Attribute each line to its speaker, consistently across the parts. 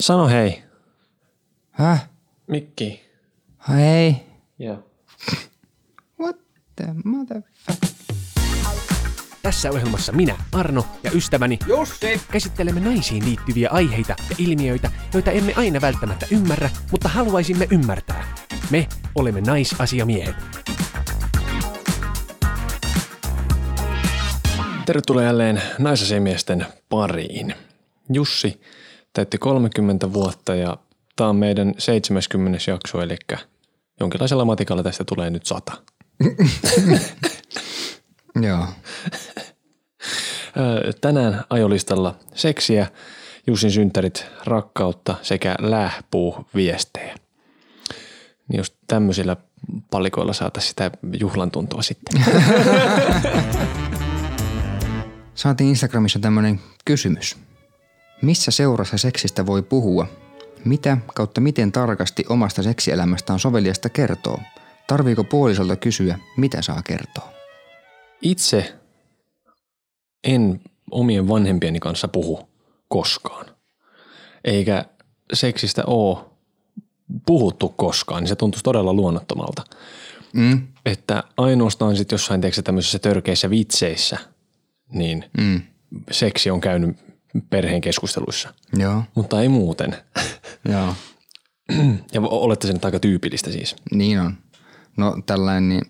Speaker 1: Sano hei.
Speaker 2: Häh?
Speaker 1: Mikki.
Speaker 2: Hei.
Speaker 1: Joo.
Speaker 2: What the mother...
Speaker 3: Tässä ohjelmassa minä, Arno ja ystäväni
Speaker 4: Jussi!
Speaker 3: käsittelemme naisiin liittyviä aiheita ja ilmiöitä, joita emme aina välttämättä ymmärrä, mutta haluaisimme ymmärtää. Me olemme naisasiamiehet.
Speaker 1: Tervetuloa jälleen naisasemiesten pariin. Jussi täytti 30 vuotta ja tämä on meidän 70. jakso, eli jonkinlaisella matikalla tästä tulee nyt sata.
Speaker 2: Joo.
Speaker 1: Öö, Tänään ajolistalla seksiä, Jussin synttärit, rakkautta sekä lähpuu viestejä. Niin jos tämmöisillä palikoilla saataisiin sitä juhlan tuntua sitten.
Speaker 2: Saatiin Instagramissa tämmönen kysymys. Missä seurassa seksistä voi puhua? Mitä kautta miten tarkasti omasta seksielämästä on soveliasta kertoa? Tarviiko puolisolta kysyä, mitä saa kertoa?
Speaker 1: Itse en omien vanhempieni kanssa puhu koskaan. Eikä seksistä oo puhuttu koskaan, niin se tuntuisi todella luonnottomalta.
Speaker 2: Mm,
Speaker 1: Että ainoastaan sitten jossain teekö tämmöisissä törkeissä vitseissä, niin
Speaker 2: mm,
Speaker 1: seksi on käynyt perheen keskusteluissa,
Speaker 2: joo,
Speaker 1: mutta ei muuten.
Speaker 2: joo.
Speaker 1: Ja o- olette sen aika tyypillistä siis.
Speaker 2: Niin on. No tällainen niin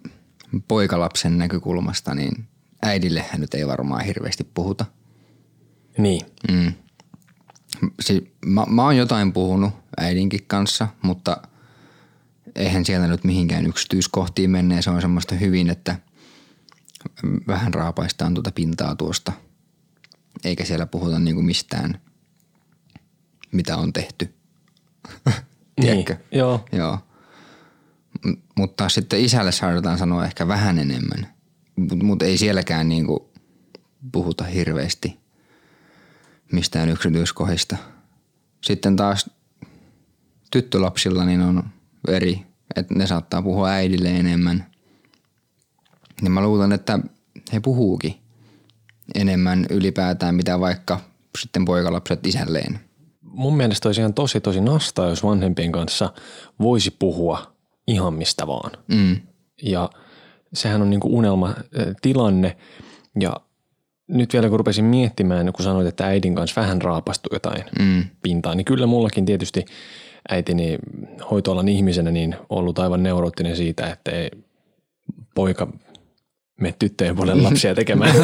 Speaker 2: poikalapsen näkökulmasta, niin äidillehän nyt ei varmaan hirveästi puhuta.
Speaker 1: Niin.
Speaker 2: Si- mä, mä oon jotain puhunut äidinkin kanssa, mutta eihän siellä nyt mihinkään yksityiskohtiin mene. Se on semmoista hyvin, että vähän raapaistaan tuota pintaa tuosta, eikä siellä puhuta niinku mistään, mitä on tehty. Tiedätkö?
Speaker 1: Niin. Joo.
Speaker 2: Joo. M- mutta taas sitten isälle saadaan sanoa ehkä vähän enemmän. Mutta mut ei sielläkään niinku puhuta hirveästi mistään yksityiskohdista. Sitten taas tyttölapsilla niin on eri, että ne saattaa puhua äidille enemmän. Niin mä luulen, että he puhuukin enemmän ylipäätään, mitä vaikka sitten poikalapset isälleen.
Speaker 1: Mun mielestä olisi ihan tosi tosi nastaa, jos vanhempien kanssa voisi puhua ihan mistä vaan.
Speaker 2: Mm.
Speaker 1: Ja sehän on niinku unelmatilanne. Ja nyt vielä kun rupesin miettimään, kun sanoit, että äidin kanssa vähän raapastui jotain
Speaker 2: Mm.
Speaker 1: pintaa, niin kyllä mullakin tietysti äitini hoitoalan ihmisenä niin ollut aivan neuroottinen siitä, että ei poika me tyttöjen puolelle lapsia tekemään.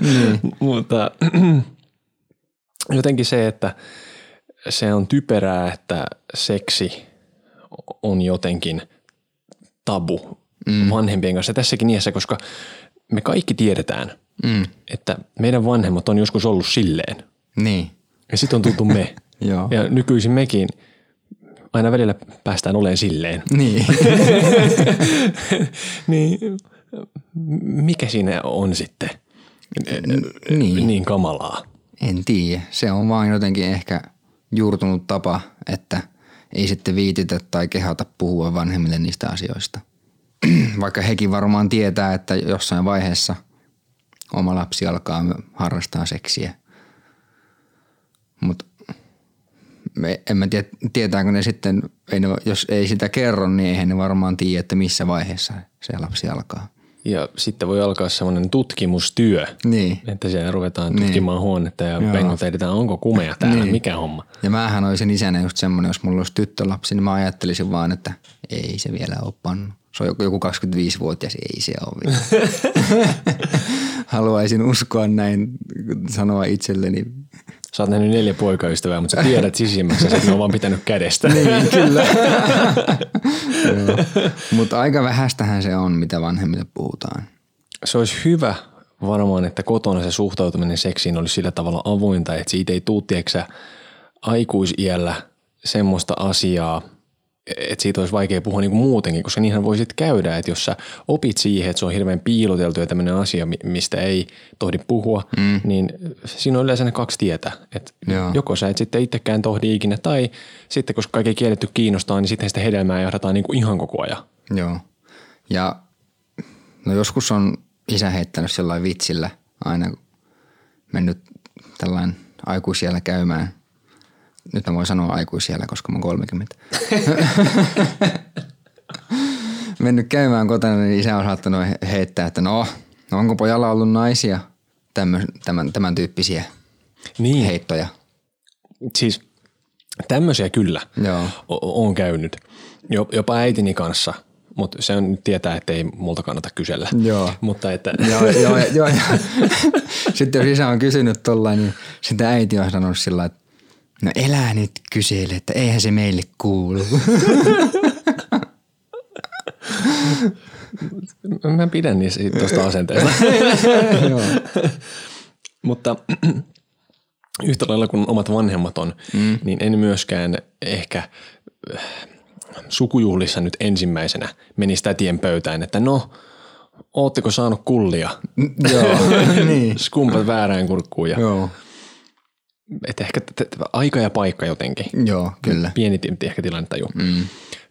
Speaker 2: Niin.
Speaker 1: Mutta jotenkin se, että se on typerää, että seksi on jotenkin tabu mm. vanhempien kanssa tässäkin iässä, koska me kaikki tiedetään,
Speaker 2: Mm.
Speaker 1: että meidän vanhemmat on joskus ollut silleen.
Speaker 2: Niin.
Speaker 1: Ja sitten on tultu me.
Speaker 2: Joo.
Speaker 1: ja nykyisin mekin aina välillä päästään oleen silleen.
Speaker 2: Niin.
Speaker 1: Niin m- mikä siinä on sitten
Speaker 2: niin.
Speaker 1: niin kamalaa?
Speaker 2: En tiedä. Se on vaan jotenkin ehkä juurtunut tapa, että ei sitten viititä tai kehata puhua vanhemmille niistä asioista. Vaikka hekin varmaan tietää, että jossain vaiheessa oma lapsi alkaa harrastaa seksiä. Mutta en mä tiedä, tietääkö ne sitten, ei ne, jos ei sitä kerro, niin eihän ne varmaan tiedä, että missä vaiheessa se lapsi alkaa.
Speaker 1: Ja sitten voi alkaa semmoinen tutkimustyö,
Speaker 2: Niin.
Speaker 1: että siellä ruvetaan tutkimaan niin. huonetta ja pengot edetään, onko kumea täällä, niin. mikä homma.
Speaker 2: Ja mähän olisin isänä just semmoinen, jos mulla olisi tyttölapsi, niin mä ajattelisin vaan, että ei se vielä ole pannu. Se on joku, joku 25-vuotias, ei se ole vielä. Haluaisin uskoa näin, sanoa itselleni. niin
Speaker 1: Sä oot nähnyt neljä poikaystävää, mutta sä tiedät sisimmässä, että ne on vaan pitänyt kädestä.
Speaker 2: Niin, kyllä. Mutta aika vähästähän se on, mitä vanhemmille puhutaan.
Speaker 1: se olisi hyvä varmaan, että kotona se suhtautuminen seksiin olisi sillä tavalla avointa, että siitä ei tuu, tiedätkö aikuisiällä semmoista asiaa, että siitä olisi vaikea puhua niin kuin muutenkin, koska niinhän voi sitten käydä, että jos sä opit siihen, että se on hirveän piiloteltu ja tämmöinen asia, mi- mistä ei tohdi puhua, mm. niin siinä on yleensä ne kaksi tietä. Että
Speaker 2: Joo.
Speaker 1: joko sä et sitten itsekään tohdi ikinä, tai sitten koska kaikki kielletty kiinnostaa, niin sitten sitä hedelmää johdataan niin kuin ihan koko ajan.
Speaker 2: Joo. Ja no joskus on isä heittänyt sellainen vitsillä aina mennyt tällainen aikuisiellä käymään Nyt mä voin sanoa aikuisiellä, koska mä oon 30. Mennyt käymään kotona, niin isä on saattanut he- heittää, että no, no onko pojalla ollut naisia? Tämmö, tämän, tämän tyyppisiä
Speaker 1: Niin, Hei.
Speaker 2: heittoja.
Speaker 1: siis tämmöisiä kyllä
Speaker 2: Joo.
Speaker 1: o- on käynyt. Jo- jopa äitini kanssa, mutta se on nyt tietää, että ei multa kannata kysellä.
Speaker 2: Joo.
Speaker 1: Mutta että,
Speaker 2: joo, joo, joo, joo. Sitten jos isä on kysynyt tollain, niin sitten äiti on sanonut sillä lailla, että no elää nyt kysele, että eihän se meille kuulu.
Speaker 1: Mä pidän niistä tuosta asenteesta. Mutta yhtä lailla kuin omat vanhemmat on, mm. niin en myöskään ehkä äh, sukujuhlissa nyt ensimmäisenä menisi tätien pöytään, että no, ootteko saanut kullia?
Speaker 2: joo, niin.
Speaker 1: Skumpat väärään kurkkuun. Ja,
Speaker 2: Joo,
Speaker 1: et ehkä t- t- aika ja paikka jotenkin.
Speaker 2: joo, kyllä.
Speaker 1: Pieni t- ehkä tilannetaju. Mm.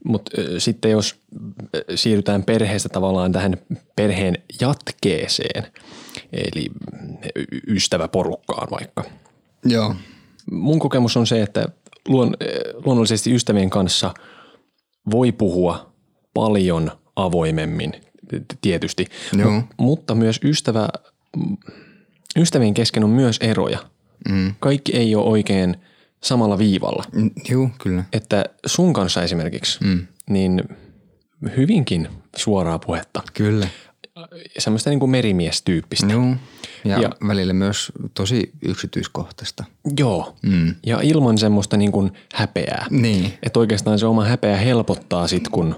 Speaker 1: Mutta sitten jos ö, siirrytään perheestä tavallaan tähän perheen jatkeeseen, eli mm, y- ystäväporukkaan vaikka.
Speaker 2: Joo,
Speaker 1: Mun kokemus on se, että luon, ö, luonnollisesti ystävien kanssa voi puhua paljon avoimemmin t- t- tietysti,
Speaker 2: joo,
Speaker 1: mutta myös ystävä, mm, ystävien kesken on myös eroja. Mm. Kaikki ei ole oikein samalla viivalla
Speaker 2: Mm, joo, kyllä.
Speaker 1: että sun kanssa esimerkiksi, mm. niin hyvinkin suoraa puhetta.
Speaker 2: Kyllä.
Speaker 1: Semmoista niin kuin merimiestyyppistä.
Speaker 2: Joo. Ja,
Speaker 1: Ja-
Speaker 2: ja välillä myös tosi yksityiskohtaista.
Speaker 1: Joo. Mm. Ja ilman semmoista niin kuin häpeää.
Speaker 2: Niin.
Speaker 1: Että oikeastaan se oma häpeä helpottaa sit, kun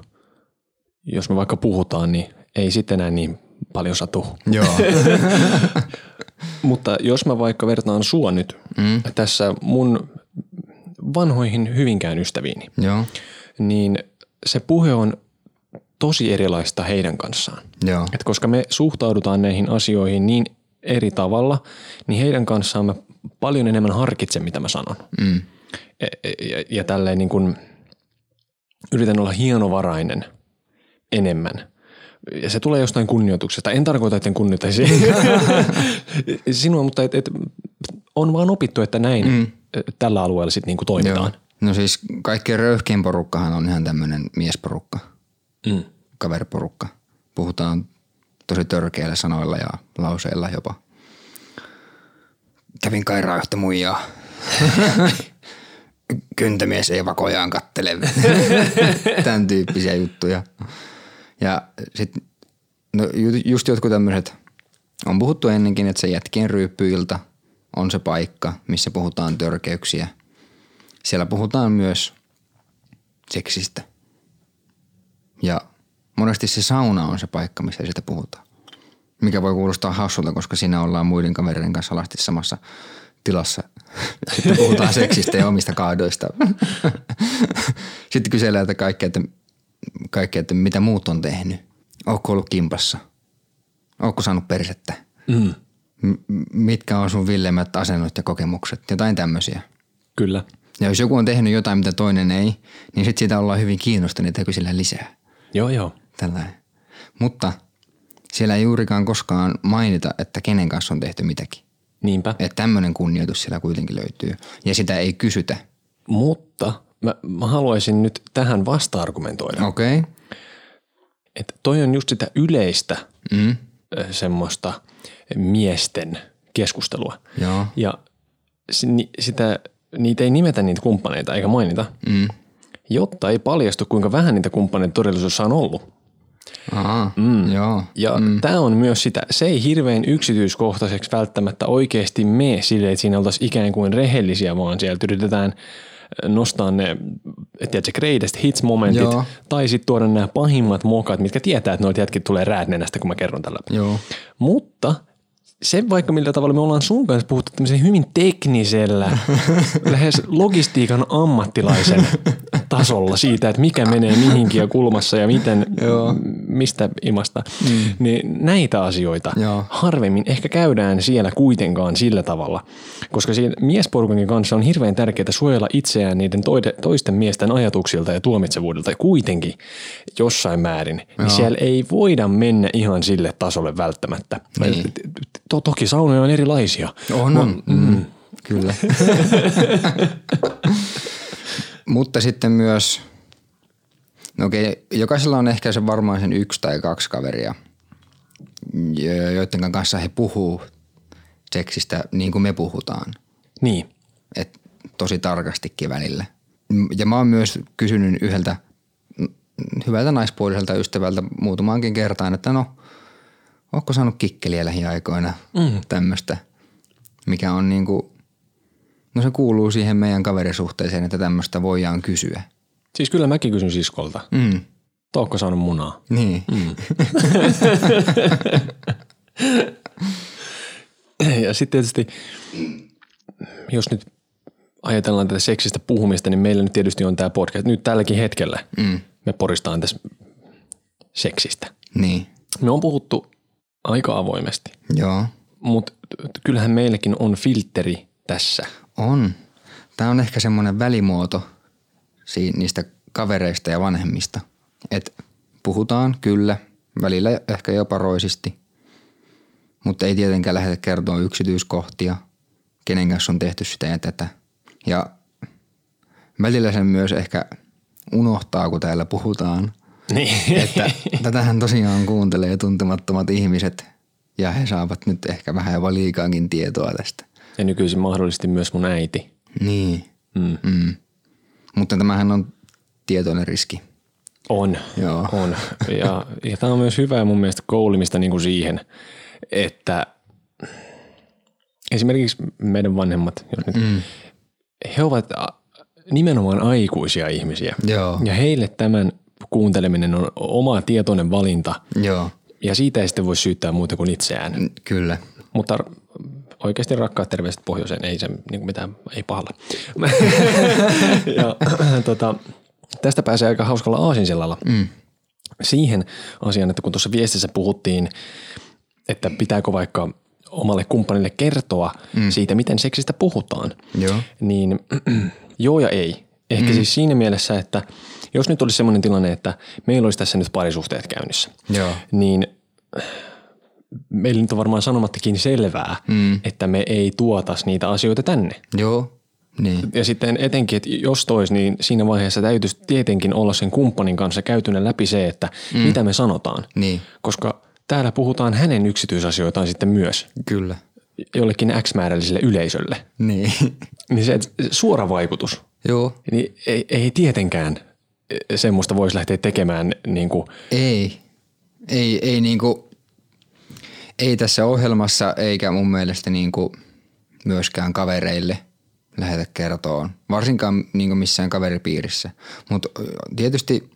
Speaker 1: jos me vaikka puhutaan, niin ei sitten enää niin paljon satu.
Speaker 2: Joo.
Speaker 1: Mutta jos mä vaikka vertaan sua nyt mm. tässä mun vanhoihin hyvinkään ystäviini,
Speaker 2: joo.
Speaker 1: niin se puhe on tosi erilaista heidän kanssaan.
Speaker 2: Joo.
Speaker 1: Et koska me suhtaudutaan näihin asioihin niin eri tavalla, niin heidän kanssaan mä paljon enemmän harkitsen, mitä mä sanon.
Speaker 2: Mm.
Speaker 1: Ja, ja, ja tälleen niin kun yritän olla hienovarainen enemmän. Ja se tulee jostain kunnioituksesta. En tarkoita, että en kunnioitaisi sinua, mutta et, et on vaan opittu, että näin mm. tällä alueella sitten niin toimitaan.
Speaker 2: No siis kaikkein röyhkein porukkahan on ihan tämmöinen miesporukka,
Speaker 1: Mm.
Speaker 2: kaveriporukka. Puhutaan tosi törkeillä sanoilla ja lauseilla jopa. Kävin kairaa yhtä muijaa. Kyntämies ei vakojaan kattele. Tämän tyyppisiä juttuja. Ja sitten no ju- just jotkut tämmöiset, on puhuttu ennenkin, että se jätkien ryyppyilta on se paikka, missä puhutaan törkeyksiä. Siellä puhutaan myös seksistä. Ja monesti se sauna on se paikka, missä sitä puhutaan. Mikä voi kuulostaa hassulta, koska siinä ollaan muiden kavereiden kanssa alasti samassa tilassa. Sitten puhutaan seksistä ja omista kaadoista. Sitten kysellään että kaikkea, että, kaikkea, että mitä muut on tehnyt. Ootko ollut kimpassa? Ootko saanut persettä?
Speaker 1: Mm.
Speaker 2: M- mitkä on sun villeimmät asennot ja kokemukset? Jotain tämmöisiä.
Speaker 1: Kyllä.
Speaker 2: Ja jos joku on tehnyt jotain, mitä toinen ei, niin sitten siitä ollaan hyvin kiinnostuneita ja kysellään lisää.
Speaker 1: Joo, joo.
Speaker 2: Tällainen. Mutta siellä ei juurikaan koskaan mainita, että kenen kanssa on tehty mitäkin.
Speaker 1: Niinpä.
Speaker 2: Että tämmöinen kunnioitus siellä kuitenkin löytyy. Ja sitä ei kysytä.
Speaker 1: Mutta mä, mä haluaisin nyt tähän vasta-argumentoida.
Speaker 2: Okei. Okay.
Speaker 1: Että toi on just sitä yleistä
Speaker 2: Mm.
Speaker 1: ö, semmoista miesten keskustelua.
Speaker 2: Joo.
Speaker 1: Ja si- ni- sitä, niitä ei nimetä niitä kumppaneita eikä mainita,
Speaker 2: Mm.
Speaker 1: jotta ei paljastu kuinka vähän niitä kumppaneita todellisuudessa on ollut.
Speaker 2: Aha. Mm. Joo.
Speaker 1: Ja mm. tämä on myös sitä, se ei hirveän yksityiskohtaiseksi välttämättä oikeasti mene silleen, että siinä oltaisiin ikään kuin rehellisiä, vaan sieltä yritetään äh, nostaa ne, tiedätkö, greatest hits momentit,
Speaker 2: Joo.
Speaker 1: tai sitten tuoda nämä pahimmat mokat, mitkä tietää, että noita jätkin tulee räätnenästä, kun mä kerron tällä.
Speaker 2: Joo.
Speaker 1: Mutta se vaikka millä tavalla me ollaan sun kanssa puhuttu tämmöisen hyvin teknisellä, lähes logistiikan ammattilaisen tasolla siitä, että mikä menee mihinkin ja kulmassa ja miten, m- mistä imasta, mm. niin näitä asioita
Speaker 2: Joo.
Speaker 1: harvemmin ehkä käydään siellä kuitenkaan sillä tavalla, koska siinä miesporukankin kanssa on hirveän tärkeää suojella itseään niiden toide, toisten miesten ajatuksilta ja tuomitsevuudelta ja kuitenkin jossain määrin, niin siellä ei voida mennä ihan sille tasolle välttämättä.
Speaker 2: Niin.
Speaker 1: To, toki
Speaker 2: Mm.
Speaker 1: saunoja on erilaisia.
Speaker 2: On, on. Mm. Kyllä. Mutta sitten myös, no okei, jokaisella on ehkä se varmaan sen yksi tai kaksi kaveria, jo- joiden kanssa he puhuu seksistä niin kuin me puhutaan.
Speaker 1: Niin.
Speaker 2: Et tosi tarkastikin välillä. M- Ja mä oon myös kysynyt yhdeltä mm, hyvältä naispuoliselta ystävältä muutamaankin kertaan, että no, ootko saanut kikkeliä lähiaikoina mm. tämmöistä, mikä on niinku, no se kuuluu siihen meidän kaverisuhteeseen, että tämmöistä voidaan kysyä.
Speaker 1: Siis kyllä mäkin kysyn siskolta.
Speaker 2: Mm.
Speaker 1: Tookko saanut munaa?
Speaker 2: Niin. Mm.
Speaker 1: Ja sitten tietysti, jos nyt ajatellaan tätä seksistä puhumista, niin meillä nyt tietysti on tämä podcast. Nyt tälläkin hetkellä mm. me poristaan tässä seksistä.
Speaker 2: Niin.
Speaker 1: Me on puhuttu aika avoimesti,
Speaker 2: Joo.
Speaker 1: mutta kyllähän meilläkin on filteri tässä.
Speaker 2: On. Tämä on ehkä semmoinen välimuoto si- niistä kavereista ja vanhemmista. Et puhutaan kyllä, välillä ehkä jopa roisisti, mutta ei tietenkään lähdetä kertoa yksityiskohtia, kenen kanssa on tehty sitä ja tätä. Ja välillä sen myös ehkä unohtaa, kun täällä puhutaan,
Speaker 1: Niin.
Speaker 2: että tätähän tosiaan kuuntelee tuntemattomat ihmiset ja he saavat nyt ehkä vähän jopa liikaakin tietoa tästä.
Speaker 1: Ja nykyisin mahdollisesti myös mun äiti.
Speaker 2: Niin. Mm. Mm. Mutta tämähän on tietoinen riski.
Speaker 1: On.
Speaker 2: Joo.
Speaker 1: On. Ja, ja tämä on myös hyvää mun mielestä koulimista niin kuin siihen, että esimerkiksi meidän vanhemmat, jos nyt, mm. he ovat a, nimenomaan aikuisia ihmisiä.
Speaker 2: Joo.
Speaker 1: Ja heille tämän kuunteleminen on oma tietoinen valinta.
Speaker 2: Joo,
Speaker 1: Ja siitä ei sitten voi syyttää muuta kuin itseään.
Speaker 2: n- kyllä.
Speaker 1: Mutta r- oikeasti rakkaat terveiset pohjoiseen, ei se niin kuin mitään, ei pahalla. ja, tota, tästä pääsee aika hauskalla aasinsillalla mm. siihen asiaan, että kun tuossa viestissä puhuttiin, että pitääkö vaikka omalle kumppanille kertoa mm. siitä, miten seksistä puhutaan,
Speaker 2: Joo.
Speaker 1: niin joo ja ei. Ehkä mm. siis siinä mielessä, että jos nyt olisi sellainen tilanne, että meillä olisi tässä nyt parisuhteet käynnissä,
Speaker 2: Joo.
Speaker 1: niin meillä nyt on varmaan sanomattakin selvää, mm. että me ei tuotas niitä asioita tänne.
Speaker 2: Joo. Niin.
Speaker 1: Ja sitten etenkin, että jos tois, niin siinä vaiheessa täytyisi tietenkin olla sen kumppanin kanssa käytynä läpi se, että mm. mitä me sanotaan.
Speaker 2: Niin.
Speaker 1: Koska täällä puhutaan hänen yksityisasioitaan sitten myös
Speaker 2: Kyllä.
Speaker 1: jollekin X-määrälliselle yleisölle.
Speaker 2: Niin.
Speaker 1: Niin se se suora vaikutus,
Speaker 2: Joo.
Speaker 1: niin ei, ei tietenkään eh, semmoista voisi lähteä tekemään niin kuin,
Speaker 2: Ei. Ei, ei niinku, ei tässä ohjelmassa eikä mun mielestä niinku myöskään kavereille lähetä kertoon. Varsinkaan niinku missään kaveripiirissä. Mutta tietysti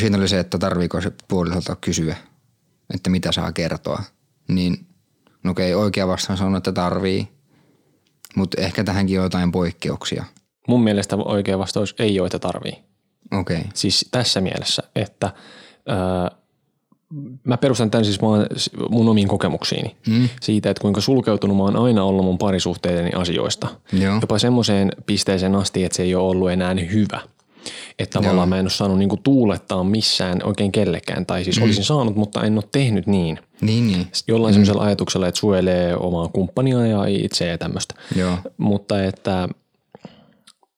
Speaker 2: siinä oli se, että tarviiko se puolisolta kysyä, että mitä saa kertoa. Niin no okei, oikea vastaus on, että tarvii. Mutta ehkä tähänkin on jotain poikkeuksia.
Speaker 1: mun mielestä oikea vastaus ei ole, että tarvii.
Speaker 2: Okei.
Speaker 1: Siis tässä mielessä, että ää, mä perustan tämän siis vaan s- mun omiin kokemuksiini. Mm. Siitä, että kuinka sulkeutunut mä oon aina ollut mun parisuhteideni asioista.
Speaker 2: Joo.
Speaker 1: Jopa semmoiseen pisteeseen asti, että se ei ole ollut enää hyvä. Että tavallaan mä en ole saanut niinku tuulettaa missään oikein kellekään. Tai siis mm. olisin saanut, mutta en ole tehnyt niin.
Speaker 2: Niin, niin.
Speaker 1: Jollain mm. semmoisella ajatuksella, että suojelee omaa kumppania ja itseä ja tämmöistä.
Speaker 2: Joo.
Speaker 1: Mutta että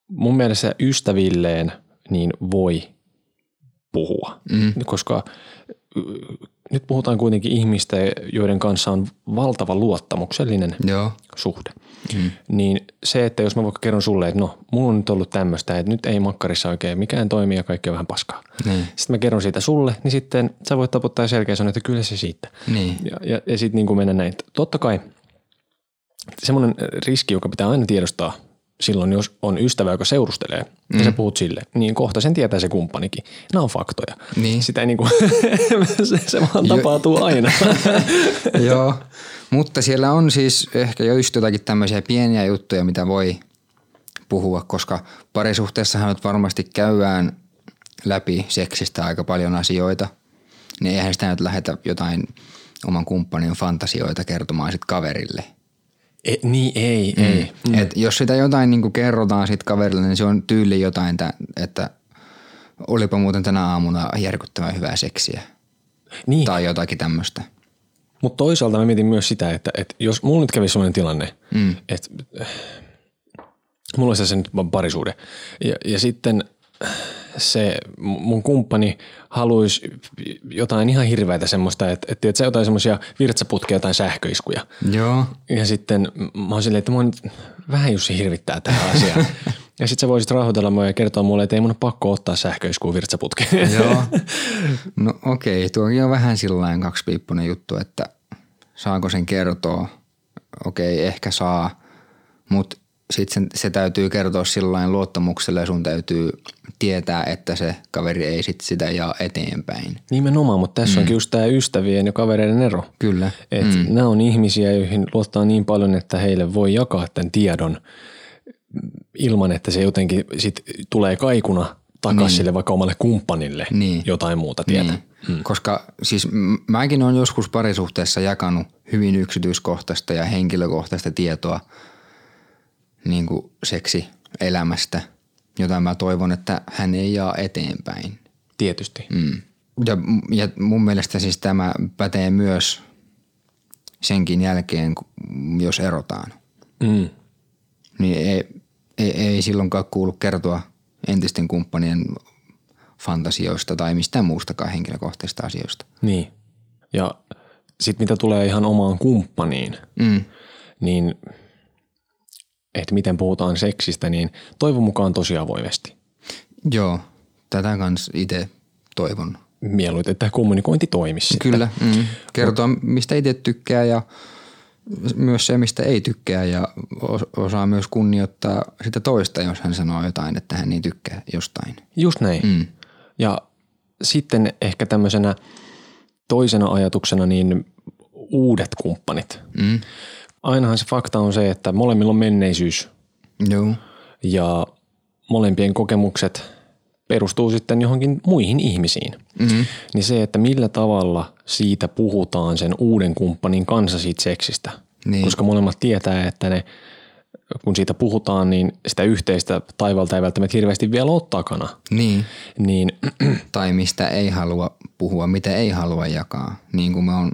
Speaker 1: mun mielestä ystävilleen niin voi puhua, mm. koska y- nyt puhutaan kuitenkin ihmistä, joiden kanssa on valtava luottamuksellinen
Speaker 2: Joo.
Speaker 1: suhde. Mm. Niin se, että jos mä vaikka kerron sulle, että no, mulla on nyt ollut tämmöistä, että nyt ei makkarissa oikein mikään toimi ja kaikki on vähän paskaa.
Speaker 2: Niin.
Speaker 1: Sitten mä kerron siitä sulle, niin sitten sä voit taputtaa selkeä ja sanoa, että kyllä se siitä.
Speaker 2: Niin.
Speaker 1: Ja, ja, ja sitten niin mennä näin. Totta kai semmoinen riski, joka pitää aina tiedostaa silloin, jos on ystävä, joka seurustelee, mm. ja sä puhut sille, niin kohta sen tietää se kumppanikin. Nämä on faktoja.
Speaker 2: Niin.
Speaker 1: Sitä ei niin kuin, se, se vaan tapahtuu aina.
Speaker 2: Joo, mutta siellä on siis ehkä jo just jotakin tämmöisiä pieniä juttuja, mitä voi puhua, koska parisuhteessahan nyt varmasti käydään läpi seksistä aika paljon asioita. Niin eihän sitä nyt lähetä jotain oman kumppanin fantasioita kertomaan sit kaverille.
Speaker 1: e, niin, ei, mm. ei.
Speaker 2: Mm. Et jos sitä jotain niin kerrotaan sit kaverille, niin se on tyyli jotain, tä- että olipa muuten tänä aamuna järkyttävän hyvää seksiä
Speaker 1: Niin,
Speaker 2: tai jotakin tämmöistä.
Speaker 1: Mutta toisaalta mä mietin myös sitä, että, että jos mulla nyt kävisi sellainen tilanne, mm. että Mulla olisi tässä nyt vaan parisuuden. Ja, ja sitten se mun kumppani haluaisi jotain ihan hirveätä semmoista, että, että tiedätkö, jotain semmoisia virtsaputkia, jotain sähköiskuja.
Speaker 2: Joo.
Speaker 1: Ja sitten mä oon silleen, että mua nyt vähän Jussi hirvittää tämä asia. ja sitten sä voisit rauhoitella mua ja kertoa mulle, että ei mun ole pakko ottaa sähköiskuu virtsaputkeen.
Speaker 2: Joo. No okei, tuokin on vähän sillain kaksipiippunen juttu, että saako sen kertoa. Okei, ehkä saa, mutta sitten se täytyy kertoa sillain luottamuksella ja sun täytyy tietää, että se kaveri ei sit sitä jaa eteenpäin.
Speaker 1: Nimenomaan, mutta tässä mm. onkin just tämä ystävien ja kavereiden ero.
Speaker 2: Kyllä.
Speaker 1: Et mm. Nämä on ihmisiä, joihin luottaa niin paljon, että heille voi jakaa tämän tiedon ilman, että se jotenkin sit tulee kaikuna takaisin niin. sille vaikka omalle kumppanille
Speaker 2: Niin.
Speaker 1: jotain muuta tietä.
Speaker 2: Niin. Hmm. Koska siis m- mäkin olen joskus parisuhteessa jakanut hyvin yksityiskohtaista ja henkilökohtaista tietoa niin kuin seksi elämästä, jota mä toivon, että hän ei jaa eteenpäin.
Speaker 1: Tietysti.
Speaker 2: Mm. Ja, ja mun mielestä siis tämä pätee myös senkin jälkeen, ku- jos erotaan.
Speaker 1: Mm.
Speaker 2: Niin ei, ei, ei silloinkaan kuulu kertoa entisten kumppanien fantasioista tai mistään muustakaan henkilökohtaisista asioista.
Speaker 1: Niin. Ja sitten mitä tulee ihan omaan kumppaniin,
Speaker 2: Mm.
Speaker 1: niin että miten puhutaan seksistä, niin toivon mukaan tosi avoimesti.
Speaker 2: Joo, tätä kans itse toivon.
Speaker 1: Mieluiten, että kommunikointi toimisi.
Speaker 2: Kyllä, mm. kertoa mistä itse tykkää ja myös se, mistä ei tykkää ja os- osaa myös kunnioittaa sitä toista, jos hän sanoo jotain, että hän ei tykkää jostain.
Speaker 1: Just näin. Mm. Ja sitten ehkä tämmöisenä toisena ajatuksena niin uudet kumppanit. Mm. Ainahan se fakta on se, että molemmilla on menneisyys
Speaker 2: Joo.
Speaker 1: ja molempien kokemukset perustuu sitten johonkin muihin ihmisiin. Mm-hmm. Niin se, että millä tavalla siitä puhutaan sen uuden kumppanin kanssa siitä seksistä.
Speaker 2: Niin.
Speaker 1: Koska molemmat tietää, että ne, kun siitä puhutaan, niin sitä yhteistä taivalta ei välttämättä hirveästi vielä ole takana.
Speaker 2: Niin.
Speaker 1: Niin
Speaker 2: Tai mistä ei halua puhua, mitä ei halua jakaa. Niin kuin me on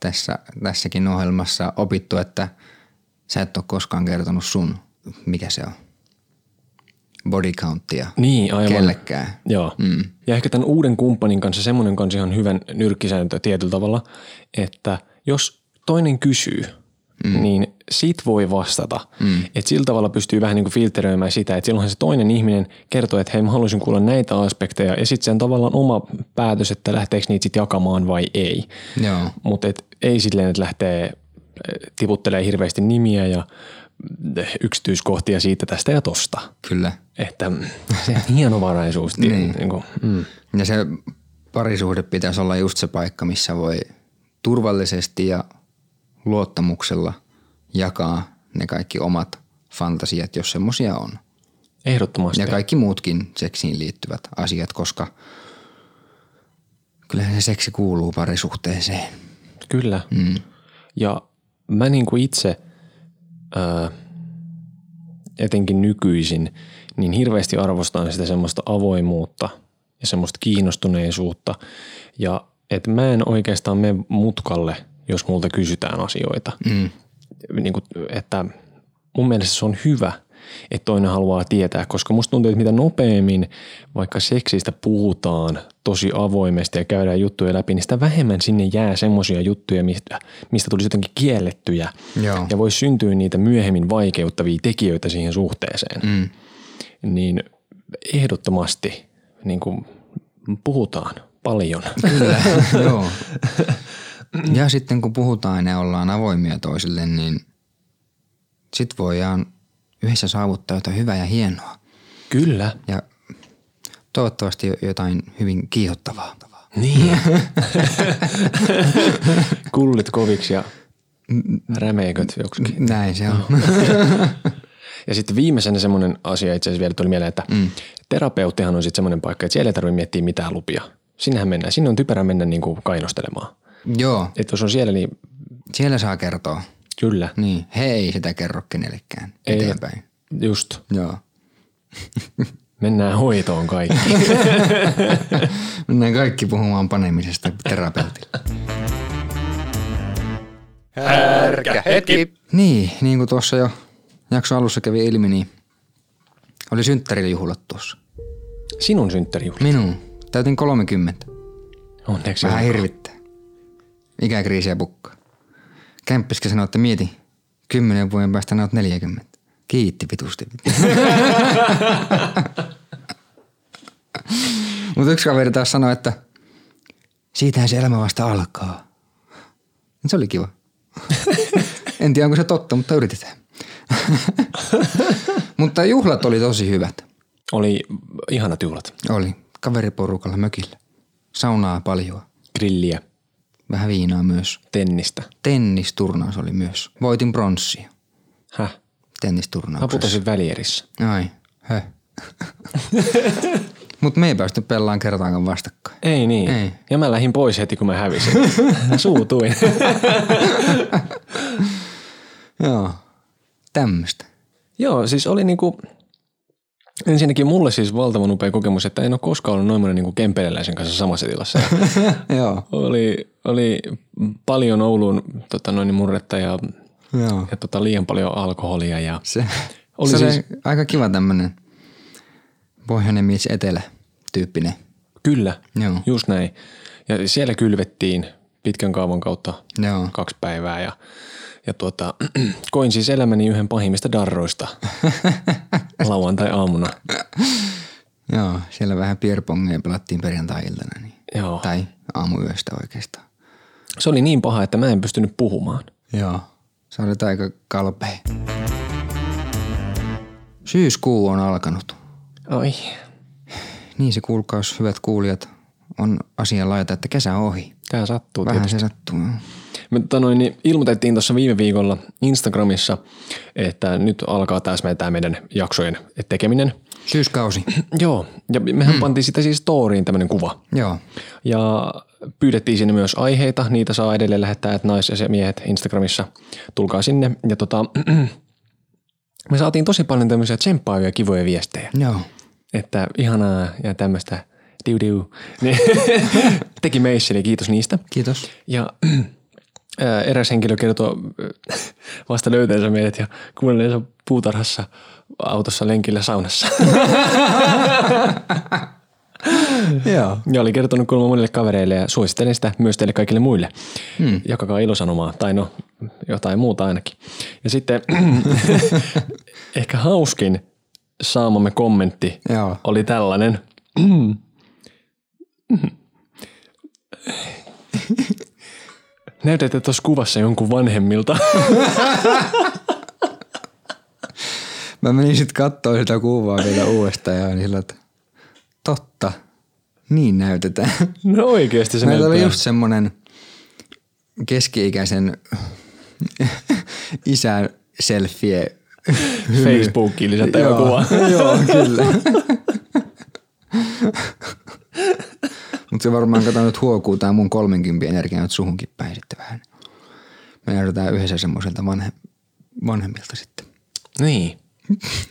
Speaker 2: tässä, tässäkin ohjelmassa opittu, että sä et ole koskaan kertonut sun, mikä se on, body countia
Speaker 1: Niin, aivan.
Speaker 2: kellekään.
Speaker 1: Joo. Mm. Ja ehkä tämän uuden kumppanin kanssa semmoinen kanssa ihan hyvän nyrkkisääntö tietyllä tavalla, että jos toinen kysyy, mm. niin sit voi vastata. Mm. Että sillä tavalla pystyy vähän niin kuin filtteröimään sitä, että silloinhan se toinen ihminen kertoo, että hei mä haluaisin kuulla näitä aspekteja ja sitten se on tavallaan oma päätös, että lähteekö niitä sitten jakamaan vai ei.
Speaker 2: Joo.
Speaker 1: Mutta et ei silleen, että lähtee eh, tiputtelee hirveästi nimiä ja eh, yksityiskohtia siitä tästä ja tosta.
Speaker 2: Kyllä.
Speaker 1: Että mm, se hienovaraisuus. tii-
Speaker 2: Niin.
Speaker 1: Niin kuin, mm.
Speaker 2: Ja se parisuhde pitäisi olla just se paikka, missä voi turvallisesti ja luottamuksella jakaa ne kaikki omat fantasiat, jos semmosia on.
Speaker 1: Ehdottomasti.
Speaker 2: Ja kaikki muutkin seksiin liittyvät asiat, koska kyllähän se seksi kuuluu parisuhteeseen.
Speaker 1: Kyllä. Mm. Ja mä niin kuin itse, ää, etenkin nykyisin, niin hirveästi arvostan sitä semmoista avoimuutta ja semmoista kiinnostuneisuutta. Ja että mä en oikeastaan mene mutkalle, jos multa kysytään asioita. Mm. Niin kuin, että mun mielestä se on hyvä, että toinen haluaa tietää, koska musta tuntuu, että mitä nopeammin vaikka seksistä puhutaan tosi avoimesti ja käydään juttuja läpi, niin sitä vähemmän sinne jää semmoisia juttuja, mistä, mistä tulisi jotenkin kiellettyjä.
Speaker 2: Joo.
Speaker 1: Ja voi syntyä niitä myöhemmin vaikeuttavia tekijöitä siihen suhteeseen. Mm. Niin ehdottomasti niin kuin puhutaan paljon.
Speaker 2: Kyllä, joo. Ja sitten kun puhutaan ja ollaan avoimia toisille, niin sit voidaan yhdessä saavuttaa jotain hyvää ja hienoa.
Speaker 1: Kyllä.
Speaker 2: Ja toivottavasti jo- jotain hyvin kiihottavaa.
Speaker 1: Niin. Kullit koviksi ja Mm. rämeiköt joksikin.
Speaker 2: Näin se on.
Speaker 1: Ja sitten viimeisenä semmoinen asia itse asiassa vielä tuli mieleen, että mm. terapeuttihan on sitten semmoinen paikka, että siellä ei tarvitse miettiä mitään lupia. Sinnehän mennään. Sinne on typerä mennä niin kuin kainostelemaan.
Speaker 2: Joo,
Speaker 1: Että jos on siellä, niin
Speaker 2: siellä saa kertoa.
Speaker 1: kyllä.
Speaker 2: Niin, he ei sitä kerro kenellekään
Speaker 1: Ei.
Speaker 2: eteenpäin.
Speaker 1: Just.
Speaker 2: Joo.
Speaker 1: Mennään hoitoon kaikki.
Speaker 2: Mennään kaikki puhumaan panemisesta terapeutille. Härkä hetki. Niin, niin kuin tuossa jo jakso alussa kävi ilmi, niin oli synttärijuhlat tuossa.
Speaker 1: Sinun synttärijuhla.
Speaker 2: Minun. Täytin 30.
Speaker 1: Onneksi
Speaker 2: Vähän
Speaker 1: olkoon.
Speaker 2: hirvittää. Ikäkriisiä pukkaa. Kämppiskä sanoi, että mieti, kymmenen vuoden päästä näet 40. Kiitti vitusti. Mutta yksi kaveri taas sanoi, että siitähän se elämä vasta alkaa. Niin Se oli kiva. en tiedä, onko se totta, mutta yritetään. mutta juhlat oli tosi hyvät.
Speaker 1: Oli ihanat juhlat.
Speaker 2: Oli. Kaveriporukalla mökillä. Saunaa paljon.
Speaker 1: Grilliä,
Speaker 2: Vähän viinaa myös.
Speaker 1: tennistä.
Speaker 2: Tennisturnaus oli myös. Voitin pronssia
Speaker 1: Häh? Mä
Speaker 2: tennisturnauksessa.
Speaker 1: putosin välierissä.
Speaker 2: Ai, hö. Mut me ei päästy pelaan kertaakaan vastakkain.
Speaker 1: Ei niin.
Speaker 2: Ei.
Speaker 1: Ja mä lähdin pois heti, kun mä hävisin. mä suutuin.
Speaker 2: Joo. Tämmöstä.
Speaker 1: Joo, siis oli niinku, ensinnäkin mulle siis valtavan upea kokemus, että en ole koskaan ollut noin monen niinku kempeleläisen kanssa samassa tilassa.
Speaker 2: Joo.
Speaker 1: oli, oli paljon Oulun tota noin, murretta ja,
Speaker 2: Joo.
Speaker 1: ja tota, liian paljon alkoholia ja
Speaker 2: Se,
Speaker 1: Oli
Speaker 2: oli, se
Speaker 1: siis-
Speaker 2: siis... oli aika kiva tämmönen pohjoinen mies etelä tyyppinen.
Speaker 1: kyllä,
Speaker 2: Joo.
Speaker 1: just näin. Ja siellä kylvettiin pitkän kaavan kautta
Speaker 2: Joo.
Speaker 1: kaksi päivää ja, ja tuota, koin siis elämäni yhden pahimmista darroista lauantai-aamuna.
Speaker 2: Joo. Siellä vähän pierpongeja pelattiin perjantai-iltana. Niin.
Speaker 1: Joo.
Speaker 2: Tai aamuyöstä oikeastaan.
Speaker 1: Se oli niin paha, että mä en pystynyt puhumaan.
Speaker 2: Joo. Sä olet aika kalpea. Syyskuu on alkanut.
Speaker 1: Ai.
Speaker 2: Niin se kuulkaus, hyvät kuulijat, on asian laita, että kesä on ohi.
Speaker 1: Tää sattuu.
Speaker 2: Vähän se sattuu. joo.
Speaker 1: Me tota noin, niin ilmoitettiin tuossa viime viikolla Instagramissa, että nyt alkaa täsmää tämä meidän jaksojen tekeminen.
Speaker 2: Syyskausi.
Speaker 1: Joo, ja mehän hmm. pantiin sitä siis storiin tämmöinen kuva.
Speaker 2: Joo.
Speaker 1: Ja pyydettiin sinne myös aiheita, niitä saa edelleen lähettää, että naiset ja miehet Instagramissa, tulkaa sinne. Ja tota, me saatiin tosi paljon tämmöisiä tsemppaavia kivoja viestejä,
Speaker 2: Joo.
Speaker 1: että ihanaa ja tämmöistä diu-diu. Niin, Teki meissä, eli kiitos niistä.
Speaker 2: Kiitos.
Speaker 1: Ja ää, eräs henkilö kertoo äh, vasta löytäensä meidät ja kuunnelleensa puutarhassa autossa lenkillä saunassa.
Speaker 2: Joo.
Speaker 1: Ja oli kertonut kuulemma monille kavereille ja suosittelen sitä myös teille kaikille muille. Hmm. Jakakaa ilosanomaa tai no jotain muuta ainakin. Ja sitten ehkä hauskin saamamme kommentti
Speaker 2: Joo.
Speaker 1: oli tällainen. Näytätte tuossa kuvassa jonkun vanhemmilta.
Speaker 2: Mä menin sit kattoo sitä kuvaa vielä uudestaan ja olin sillä, että totta. Niin näytetään.
Speaker 1: No oikeasti se
Speaker 2: Meillä oli
Speaker 1: näyttää.
Speaker 2: just semmonen keski-ikäisen isän selfie.
Speaker 1: Facebookiin lisätään
Speaker 2: Joo,
Speaker 1: kuva.
Speaker 2: Joo, kyllä. Mutta se varmaan kato nyt huokuu tää mun 30 energiaa nyt suhunkin päin sitten vähän. Me näytetään yhdessä semmoiselta vanhe, vanhemmilta sitten.
Speaker 1: Niin.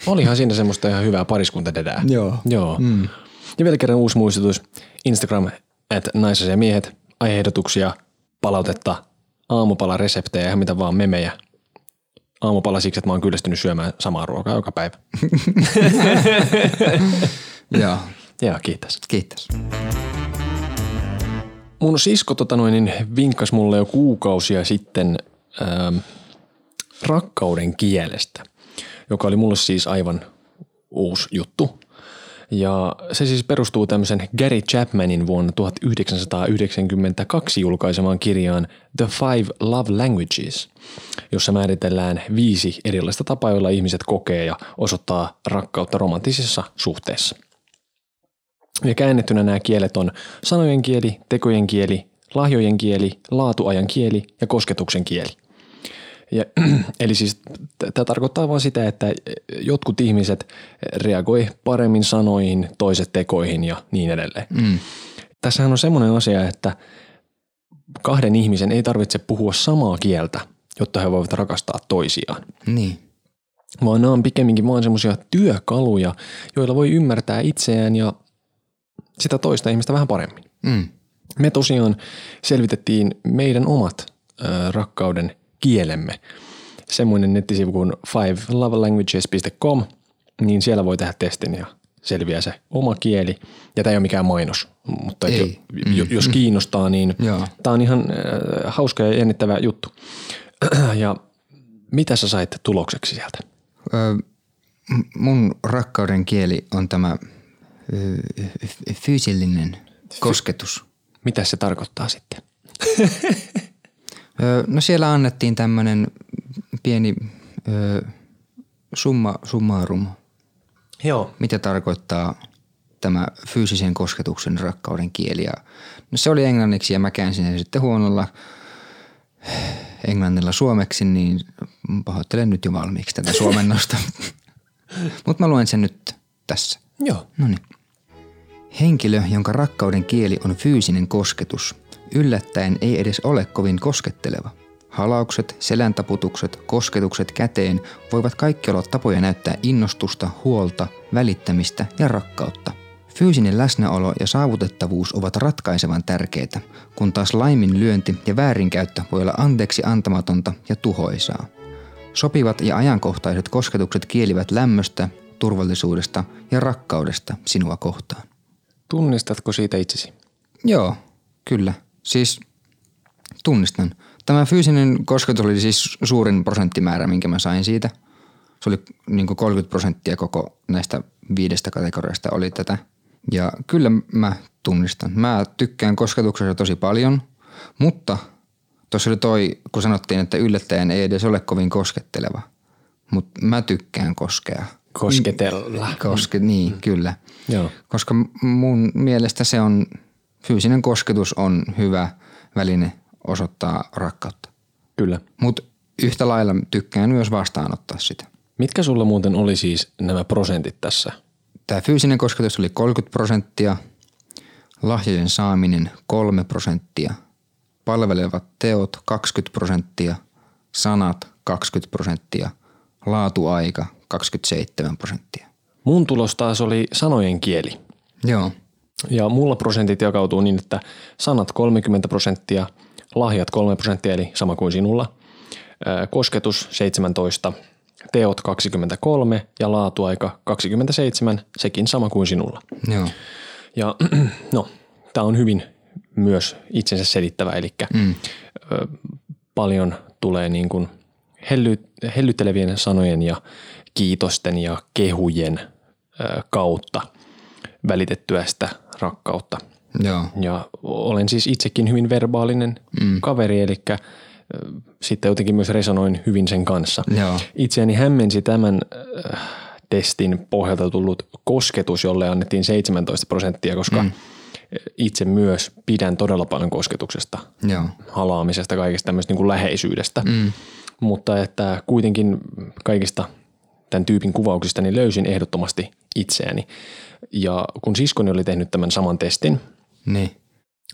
Speaker 1: Olihan siinä semmoista ihan hyvää pariskuntadedää.
Speaker 2: Joo.
Speaker 1: Joo. Mm. Ja vielä kerran uusi muistutus. Instagram, at naiset ja miehet, aiheehdotuksia, palautetta, aamupalareseptejä, ihan mitä vaan memejä. Aamupala siksi, että mä oon kyllästynyt syömään samaa ruokaa joka päivä.
Speaker 2: Joo,
Speaker 1: Ja kiitos.
Speaker 2: kiitos.
Speaker 1: Mun sisko tota noin, niin vinkkasi mulle jo kuukausia sitten ähm, rakkauden kielestä, joka oli mulle siis aivan uusi juttu. Ja se siis perustuu tämmöisen Gary Chapmanin vuonna 1992 julkaisemaan kirjaan The Five Love Languages, jossa määritellään viisi erilaista tapaa, joilla ihmiset kokee ja osoittaa rakkautta romanttisissa suhteissa. Ja käännettynä nämä kielet on sanojen kieli, tekojen kieli, lahjojen kieli, laatuajan kieli ja kosketuksen kieli. Ja, eli siis tämä tarkoittaa vain sitä, että jotkut ihmiset reagoi paremmin sanoihin, toiset tekoihin ja niin edelleen.
Speaker 2: Mm.
Speaker 1: Tässähän on semmoinen asia, että kahden ihmisen ei tarvitse puhua samaa kieltä, jotta he voivat rakastaa toisiaan
Speaker 2: Niin,
Speaker 1: vaan nämä on pikemminkin vaan semmoisia työkaluja, joilla voi ymmärtää itseään ja sitä toista ihmistä vähän paremmin.
Speaker 2: mm.
Speaker 1: Me tosiaan selvitettiin meidän omat ö, rakkauden kielemme semmoinen nettisivu kuin fivelovelanguages.com, niin siellä voi tehdä testin ja selviää se oma kieli. Ja tämä ei ole mikään mainos, mutta
Speaker 2: Ei.
Speaker 1: ei. Jo, jo- jos kiinnostaa, niin
Speaker 2: Joo.
Speaker 1: tämä on ihan äh, hauska ja jännittävä juttu. ja mitä sä sait tulokseksi sieltä?
Speaker 2: Ö, m- mun rakkauden kieli on tämä ö, f- fyysillinen kosketus.
Speaker 1: Mitä se tarkoittaa sitten?
Speaker 2: Ö, No siellä annettiin tämmöinen pieni ö, summa summarum,
Speaker 1: Joo.
Speaker 2: mitä tarkoittaa tämä fyysisen kosketuksen rakkauden kieli. Ja no se oli englanniksi ja mä käänsin sen sitten huonolla englannilla suomeksi, niin pahoittelen nyt jo valmiiksi tätä suomennosta. Mutta mä luen sen nyt tässä.
Speaker 1: Joo.
Speaker 2: Noniin. Henkilö, jonka rakkauden kieli on fyysinen kosketus, yllättäen ei edes ole kovin kosketteleva. Halaukset, seläntaputukset, kosketukset käteen voivat kaikki olla tapoja näyttää innostusta, huolta, välittämistä ja rakkautta. Fyysinen läsnäolo ja saavutettavuus ovat ratkaisevan tärkeitä, kun taas laiminlyönti ja väärinkäyttö voi olla anteeksi antamatonta ja tuhoisaa. Sopivat ja ajankohtaiset kosketukset kielivät lämmöstä, turvallisuudesta ja rakkaudesta sinua kohtaan.
Speaker 1: Tunnistatko siitä itsesi?
Speaker 2: Joo, kyllä. Siis tunnistan. Tämä fyysinen kosketus oli siis suurin prosenttimäärä, minkä mä sain siitä. Se oli niin 30 prosenttia koko näistä viidestä kategoriasta oli tätä. Ja kyllä mä tunnistan. Mä tykkään kosketuksesta tosi paljon, mutta tuossa oli toi, kun sanottiin, että yllättäen ei edes ole kovin kosketteleva. Mutta mä tykkään koskea.
Speaker 1: Kosketella.
Speaker 2: Koske, niin, kyllä.
Speaker 1: Joo.
Speaker 2: Koska m- mun mielestä se on, fyysinen kosketus on hyvä väline osoittaa rakkautta.
Speaker 1: Kyllä.
Speaker 2: Mutta yhtä lailla tykkään myös vastaanottaa sitä.
Speaker 1: Mitkä sulla muuten oli siis nämä prosentit tässä?
Speaker 2: Tämä fyysinen kosketus oli 30 prosenttia, lahjojen saaminen 3 prosenttia, palvelevat teot 20 prosenttia, sanat 20 prosenttia, laatuaika 27 prosenttia.
Speaker 1: Mun tulos taas oli sanojen kieli.
Speaker 2: Joo.
Speaker 1: Ja mulla prosentit jakautuu niin, että sanat 30 prosenttia, lahjat 3 prosenttia, eli sama kuin sinulla, ö, kosketus 17, teot 23 ja laatuaika 27, sekin sama kuin sinulla.
Speaker 2: Joo.
Speaker 1: Ja no, tämä on hyvin myös itsensä selittävä, eli mm. paljon tulee niin kuin helly, hellyttelevien sanojen ja kiitosten ja kehujen ö, kautta välitettyä sitä rakkautta.
Speaker 2: Joo.
Speaker 1: Ja olen siis itsekin hyvin verbaalinen mm. kaveri, eli ö, sitten jotenkin myös resonoin hyvin sen kanssa.
Speaker 2: Joo.
Speaker 1: Itseäni hämmensi tämän äh, testin pohjalta tullut kosketus, jolle annettiin 17 prosenttia, koska mm. itse myös pidän todella paljon kosketuksesta,
Speaker 2: Joo.
Speaker 1: halaamisesta, kaikesta tämmöistä niin kuin läheisyydestä. Mm. Mutta että kuitenkin kaikista tämän tyypin kuvauksista niin löysin ehdottomasti itseäni. Ja kun siskoni oli tehnyt tämän saman testin,
Speaker 2: Niin.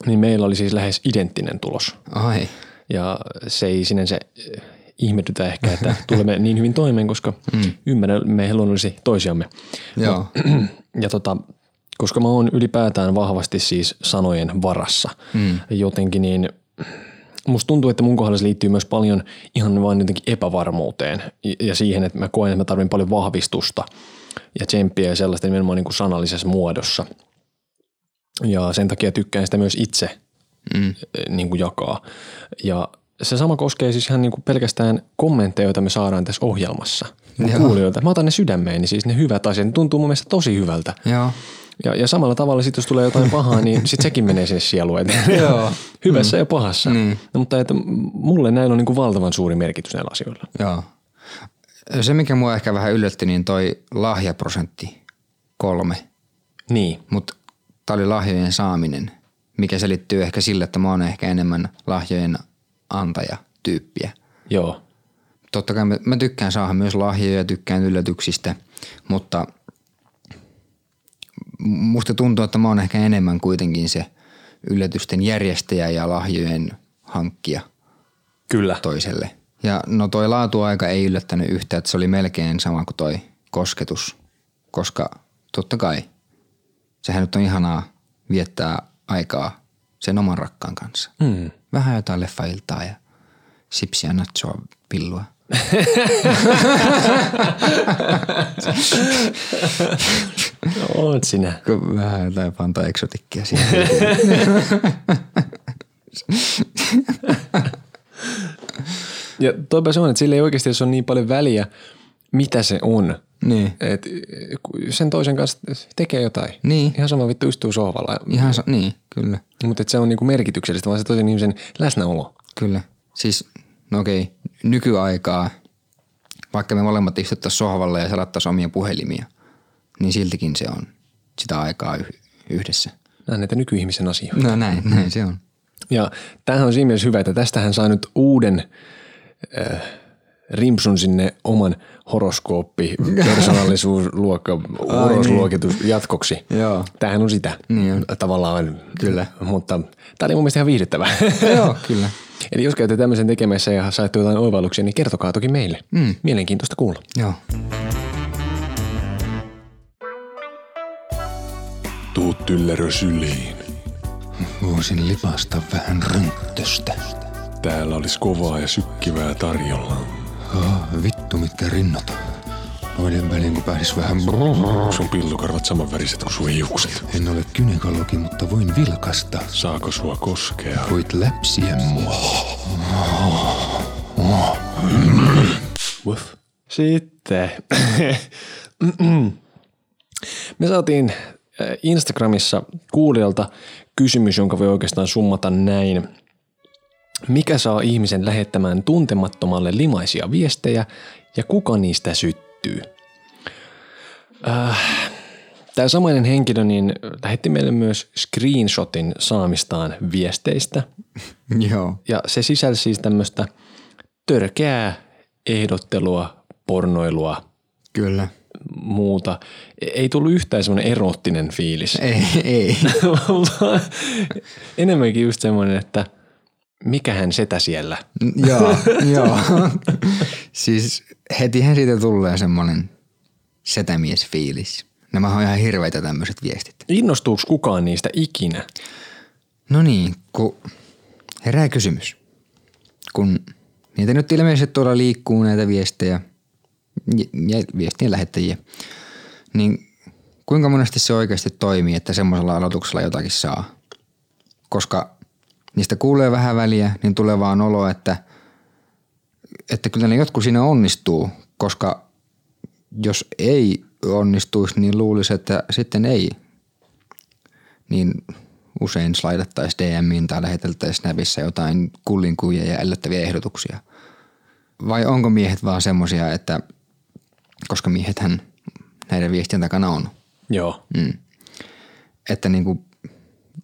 Speaker 1: niin meillä oli siis lähes identtinen tulos.
Speaker 2: Ai.
Speaker 1: Ja se ei sinänsä eh, ihmetytä ehkä, että tulemme niin hyvin toimeen, koska mm. ymmärrämme luonnollisesti toisiamme.
Speaker 2: Joo.
Speaker 1: Ja tota, koska mä oon ylipäätään vahvasti siis sanojen varassa mm. jotenkin, niin musta tuntuu, että mun kohdalla se liittyy myös paljon ihan vain jotenkin epävarmuuteen ja- ja siihen, että mä koen, että mä tarvitsen paljon vahvistusta ja tsemppiä ja sellaista nimenomaan niin kuin sanallisessa muodossa. Ja sen takia tykkään sitä myös itse mm. niin kuin jakaa. Ja se sama koskee siis ihan niin kuin pelkästään kommentteja, joita me saadaan tässä ohjelmassa. Niin kuin Kuulijoilta. Mä otan ne sydämeeni, siis ne hyvät asiat. Ne tuntuu mun mielestä tosi hyvältä.
Speaker 2: Joo.
Speaker 1: Ja, ja samalla tavalla sitten, jos tulee jotain pahaa, niin sitten sekin menee sinne sielun eteen.
Speaker 2: Joo.
Speaker 1: Hyvässä mm. ja pahassa. Mm. No, mutta että mulle näillä on niin kuin valtavan suuri merkitys näillä asioilla.
Speaker 2: Joo. Se, mikä mua ehkä vähän yllätti, niin toi lahjaprosentti kolme,
Speaker 1: Niin.
Speaker 2: mutta tää oli lahjojen saaminen, mikä selittyy ehkä sillä, että mä oon ehkä enemmän lahjojen antaja tyyppiä.
Speaker 1: Joo.
Speaker 2: Totta kai mä, mä tykkään saada myös lahjoja, tykkään yllätyksistä, mutta m- musta tuntuu, että mä oon ehkä enemmän kuitenkin se yllätysten järjestäjä ja lahjojen hankkija –
Speaker 1: Kyllä.
Speaker 2: toiselle. Ja no toi laatuaika ei yllättänyt yhtään, että se oli melkein sama kuin toi kosketus, koska totta kai sehän nyt on ihanaa viettää aikaa sen oman rakkaan kanssa. Mm. Vähän jotain leffailtaa ja sipsiä, nachoa, pillua.
Speaker 1: Oot sinä.
Speaker 2: Kun vähän jotain panta eksotikkia siihen.
Speaker 1: Ja toipa se on, että sillä ei oikeasti ole niin paljon väliä, mitä se on.
Speaker 2: niin.
Speaker 1: Et kun sen toisen kanssa tekee jotain.
Speaker 2: Niin.
Speaker 1: Ihan sama vittu istuu sohvalla.
Speaker 2: Ihan sa- niin, kyllä.
Speaker 1: Mutta se on niinku merkityksellistä, vaan se toisen ihmisen läsnäolo.
Speaker 2: Kyllä. Siis, no okei, nykyaikaa, vaikka me molemmat istuttaisiin sohvalla ja selattaisiin omia puhelimia, niin siltikin se on sitä aikaa yh- yhdessä.
Speaker 1: Nämä näitä nykyihmisen asioita.
Speaker 2: No näin, näin se on.
Speaker 1: Ja tämähän on siinä mielessä hyvä, että tästähän saa nyt uuden äh, rimpsun sinne oman horoskooppi, persoonallisuusluokka, urosluokitus jatkoksi.
Speaker 2: niin. Joo.
Speaker 1: Tämähän on sitä
Speaker 2: Niin on.
Speaker 1: tavallaan.
Speaker 2: Kyllä.
Speaker 1: Mutta tämä oli mun mielestä ihan viihdyttävää.
Speaker 2: Joo, kyllä.
Speaker 1: Eli jos käytte tämmöisen tekemässä ja saitte jotain oivalluksia, niin kertokaa toki meille. Mm. Mielenkiintoista kuulla.
Speaker 2: Joo.
Speaker 4: Tuu tyllerö syliin.
Speaker 2: Voisin lipasta vähän rönttöstä.
Speaker 4: Täällä olisi kovaa ja sykkivää tarjolla.
Speaker 2: Oh, vittu mitkä rinnat. Noiden väliin kun pääsis vähän...
Speaker 4: Sun pillukarvat samanväriset kuin sun hiukset.
Speaker 2: En ole kynekologi, mutta voin vilkasta.
Speaker 4: Saako sua koskea?
Speaker 2: Voit läpsiä mua.
Speaker 1: Uff. Sitten. Mm-mm. Me saatiin äh, Instagramissa kuulijalta kysymys, jonka voi oikeastaan summata näin. Mikä saa ihmisen lähettämään tuntemattomalle limaisia viestejä ja kuka niistä syttyy? Tämä samainen henkilö niin lähetti meille myös screenshotin saamistaan viesteistä –
Speaker 2: Joo.
Speaker 1: ja se sisälsi siis tämmöistä törkeää ehdottelua, pornoilua,
Speaker 2: Kyllä.
Speaker 1: muuta. E- Ei tullut yhtään semmoinen erottinen fiilis,
Speaker 2: Ei, ei.
Speaker 1: vaan enemmänkin just semmoinen, että mikähän setä siellä.
Speaker 2: joo, joo. siis hetihän siitä tulee semmoinen setämiesfiilis. Nämä on ihan hirveitä tämmöiset viestit.
Speaker 1: Innostuuko kukaan niistä ikinä?
Speaker 2: No niin, kun herää kysymys. Kun niitä nyt ilmeisesti tuolla liikkuu näitä viestejä ja- ja viestien lähettäjiä, niin kuinka monesti se oikeasti toimii, että semmoisella aloituksella jotakin saa? Koska niistä kuulee vähän väliä, niin tulee vaan olo, että, että kyllä ne jotkut siinä onnistuu, koska jos ei onnistuisi, niin luulisi, että sitten ei niin usein slaidattaisiin DMiin tai läheteltäisiin Snapissa jotain kullinkuvia ja ällättäviä ehdotuksia. Vai onko miehet vaan semmosia, että koska miehethän näiden viestien takana on,
Speaker 1: Joo.
Speaker 2: Mm. että niinku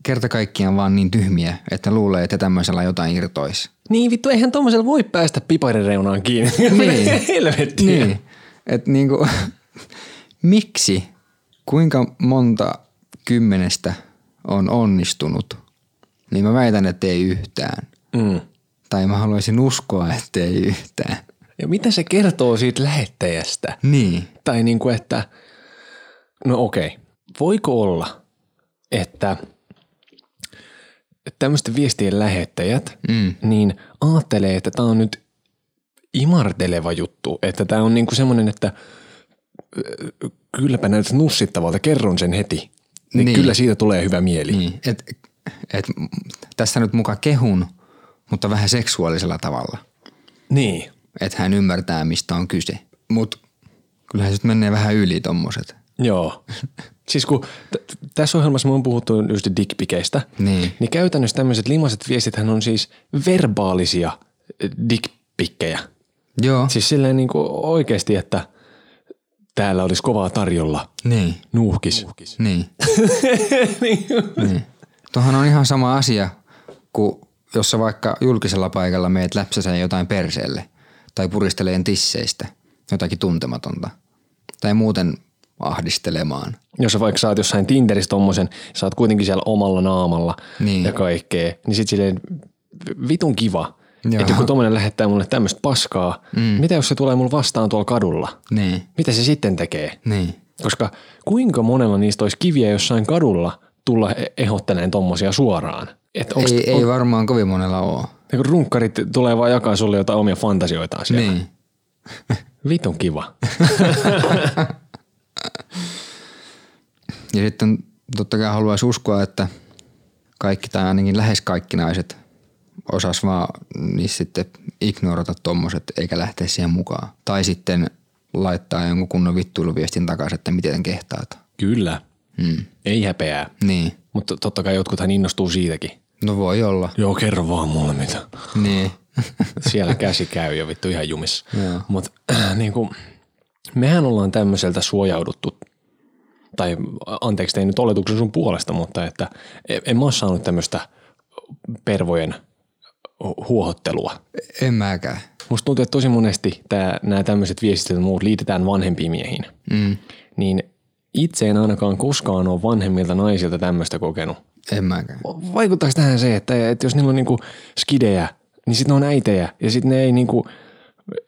Speaker 2: kerta kaikkiaan vaan niin tyhmiä, että luulee, että tämmöisellä jotain irtoisi.
Speaker 1: Niin vittu, eihän tommosella voi päästä piparin reunaan kiinni.
Speaker 2: Niin.
Speaker 1: Helvettiä.
Speaker 2: Niin. Et niinku, miksi, kuinka monta kymmenestä on onnistunut, niin mä väitän, että ei yhtään.
Speaker 1: Mm.
Speaker 2: Tai mä haluaisin uskoa, että ei yhtään.
Speaker 1: Ja mitä se kertoo siitä lähettäjästä?
Speaker 2: Niin.
Speaker 1: Tai niin kuin, että no okei, voiko olla, että tämmöisten viestien lähettäjät mm. niin ajattelee, että tämä on nyt imarteleva juttu, että tämä on niin kuin semmoinen, että ö, kylläpä näytät nussittavalta, kerron sen heti. Niin,
Speaker 2: Niin.
Speaker 1: niin. kyllä siitä tulee hyvä mieli. Niin.
Speaker 2: niin. Et, et, tässä nyt muka kehun, mutta vähän seksuaalisella tavalla.
Speaker 1: niin.
Speaker 2: Että hän ymmärtää, mistä on kyse. Mut kyllähän sit menee vähän yli tommoset.
Speaker 1: Joo. Siis kun t- t- tässä ohjelmassa me on puhuttu just dickpikeistä,
Speaker 2: Niin.
Speaker 1: niin käytännössä tämmöiset limaiset viestithän on siis verbaalisia eh, dickpikkejä.
Speaker 2: Joo. Si-
Speaker 1: Siis silleen niin kuin oikeasti, että täällä olisi kovaa tarjolla.
Speaker 2: niin.
Speaker 1: Nuuhkis. Nuuhkis.
Speaker 2: Niin. niin. Tuohan on ihan sama asia, kun jos sä vaikka julkisella paikalla meet läpsäseen jotain perseelle tai puristeleen tisseistä jotakin tuntematonta tai muuten ahdistelemaan.
Speaker 1: Jos sä vaikka saat jossain Tinderissä tommosen, sä oot kuitenkin siellä omalla naamalla
Speaker 2: Niin.
Speaker 1: ja kaikkea, niin sit silleen vitun kiva.
Speaker 2: Joo.
Speaker 1: Että joku tommonen lähettää mulle tämmöistä paskaa. Mm. Mitä jos se tulee mulle vastaan tuolla kadulla?
Speaker 2: Niin.
Speaker 1: Mitä se sitten tekee?
Speaker 2: Niin.
Speaker 1: Koska kuinka monella niistä olisi kiviä jossain kadulla tulla e- ehotteleen tommosia suoraan? niinku Että onko
Speaker 2: ei, ei varmaan kovin monella ole.
Speaker 1: runkkarit tulee vaan jakaa sulle jotain omia fantasioitaan siellä?
Speaker 2: Niin.
Speaker 1: Vitun kiva.
Speaker 2: Ja sitten totta kai haluaisi uskoa, että kaikki tai ainakin lähes kaikki naiset osas vaan niissä sitten ignorata tommoset eikä lähteä siihen mukaan. Tai sitten laittaa jonkun kunnon vittuiluviestin takaisin, että miten kehtaat.
Speaker 1: Kyllä. Mm. Ei häpeää.
Speaker 2: Niin.
Speaker 1: Mutta totta kai jotkuthan innostuu siitäkin.
Speaker 2: No voi olla.
Speaker 1: Joo, kerro vaan mulle mitä.
Speaker 2: Niin.
Speaker 1: Siellä käsi käy jo vittu ihan jumissa. Mutta äh, niin kuin, mehän ollaan tämmöiseltä suojauduttu, tai anteeksi tein nyt oletuksen sun puolesta, mutta että e- en, en mä ole saanut tämmöistä pervojen hu- huohottelua.
Speaker 2: En mäkään.
Speaker 1: Musta tuntuu, että tosi monesti tää, nämä tämmöiset viestit ja muut liitetään vanhempiin miehiin. Mm. Niin itse en ainakaan koskaan ole vanhemmilta naisilta tämmöistä kokenut.
Speaker 2: En mäkään.
Speaker 1: Vaikuttaako tähän se, että, että jos niillä on niinku skidejä, niin sitten ne on äitejä ja sitten ne ei, niinku,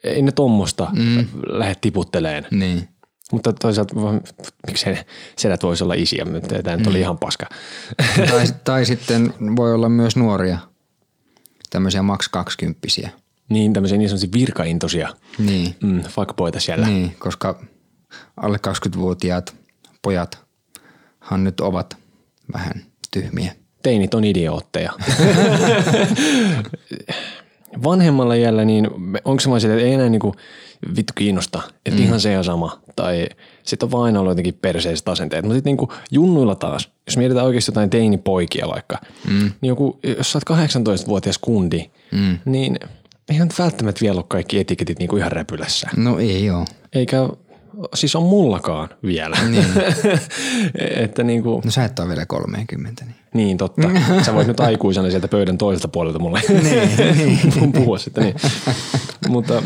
Speaker 1: ei ne tommosta mm. lähde tiputteleen.
Speaker 2: Niin.
Speaker 1: Mutta toisaalta vaan, miksei ne sedät voisi olla isiä, mutta tämä nyt oli ihan paska.
Speaker 2: tai, tai sitten voi olla myös nuoria, tämmöisiä maks kaksikymppisiä.
Speaker 1: Niin tämmöisiä niin sanotusti virkaintoisia
Speaker 2: Niin,
Speaker 1: mm, fuckboita siellä. Niin.
Speaker 2: niin, koska alle 20-vuotiaat pojathan nyt ovat vähän tyhmiä.
Speaker 1: Teinit on idiootteja. Vanhemmalla iällä, niin onko se vaan sitä, että ei enää niinku vittu kiinnosta, että mm. ihan se on sama. Tai sitten on vaan aina ollut jotenkin perseiset asenteet. Mutta sitten niinku junnuilla taas, jos mietitään oikeasti jotain teinipoikia vaikka, mm. niin joku, jos sä oot 18-vuotias kundi, mm. niin eihän nyt välttämättä vielä ole kaikki etiketit niinku ihan räpylässä.
Speaker 2: No ei joo.
Speaker 1: Eikä siis on mullakaan vielä. Niin. että niin kuin,
Speaker 2: No sä et ole vielä 30. Niin.
Speaker 1: niin totta. Sä voit nyt aikuisena sieltä pöydän toiselta puolelta mulle niin. puhua sitten. Niin. Mutta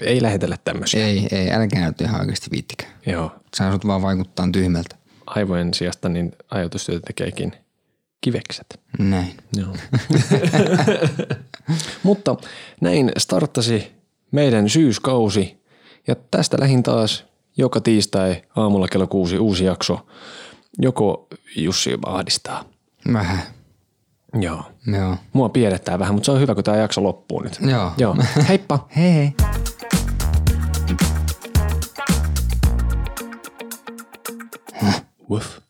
Speaker 1: ei lähetellä tämmöisiä.
Speaker 2: Ei, ei, älkää nyt ihan oikeasti viittikään.
Speaker 1: Joo.
Speaker 2: Sä asut vaan vaikuttaa tyhmältä.
Speaker 1: Aivojen sijasta niin ajatustyötä tekeekin kivekset.
Speaker 2: Näin.
Speaker 1: Joo. Mutta näin starttasi meidän syyskausi ja tästä lähin taas joka tiistai aamulla kello kuusi uusi jakso. Joko Jussi ahdistaa.
Speaker 2: Vähän.
Speaker 1: Joo.
Speaker 2: Joo.
Speaker 1: Mua piirrettää vähän, mutta se on hyvä, kun tämä jakso loppuu nyt.
Speaker 2: Joo.
Speaker 1: Joo. Heippa.
Speaker 2: Hei hei.
Speaker 1: Woof.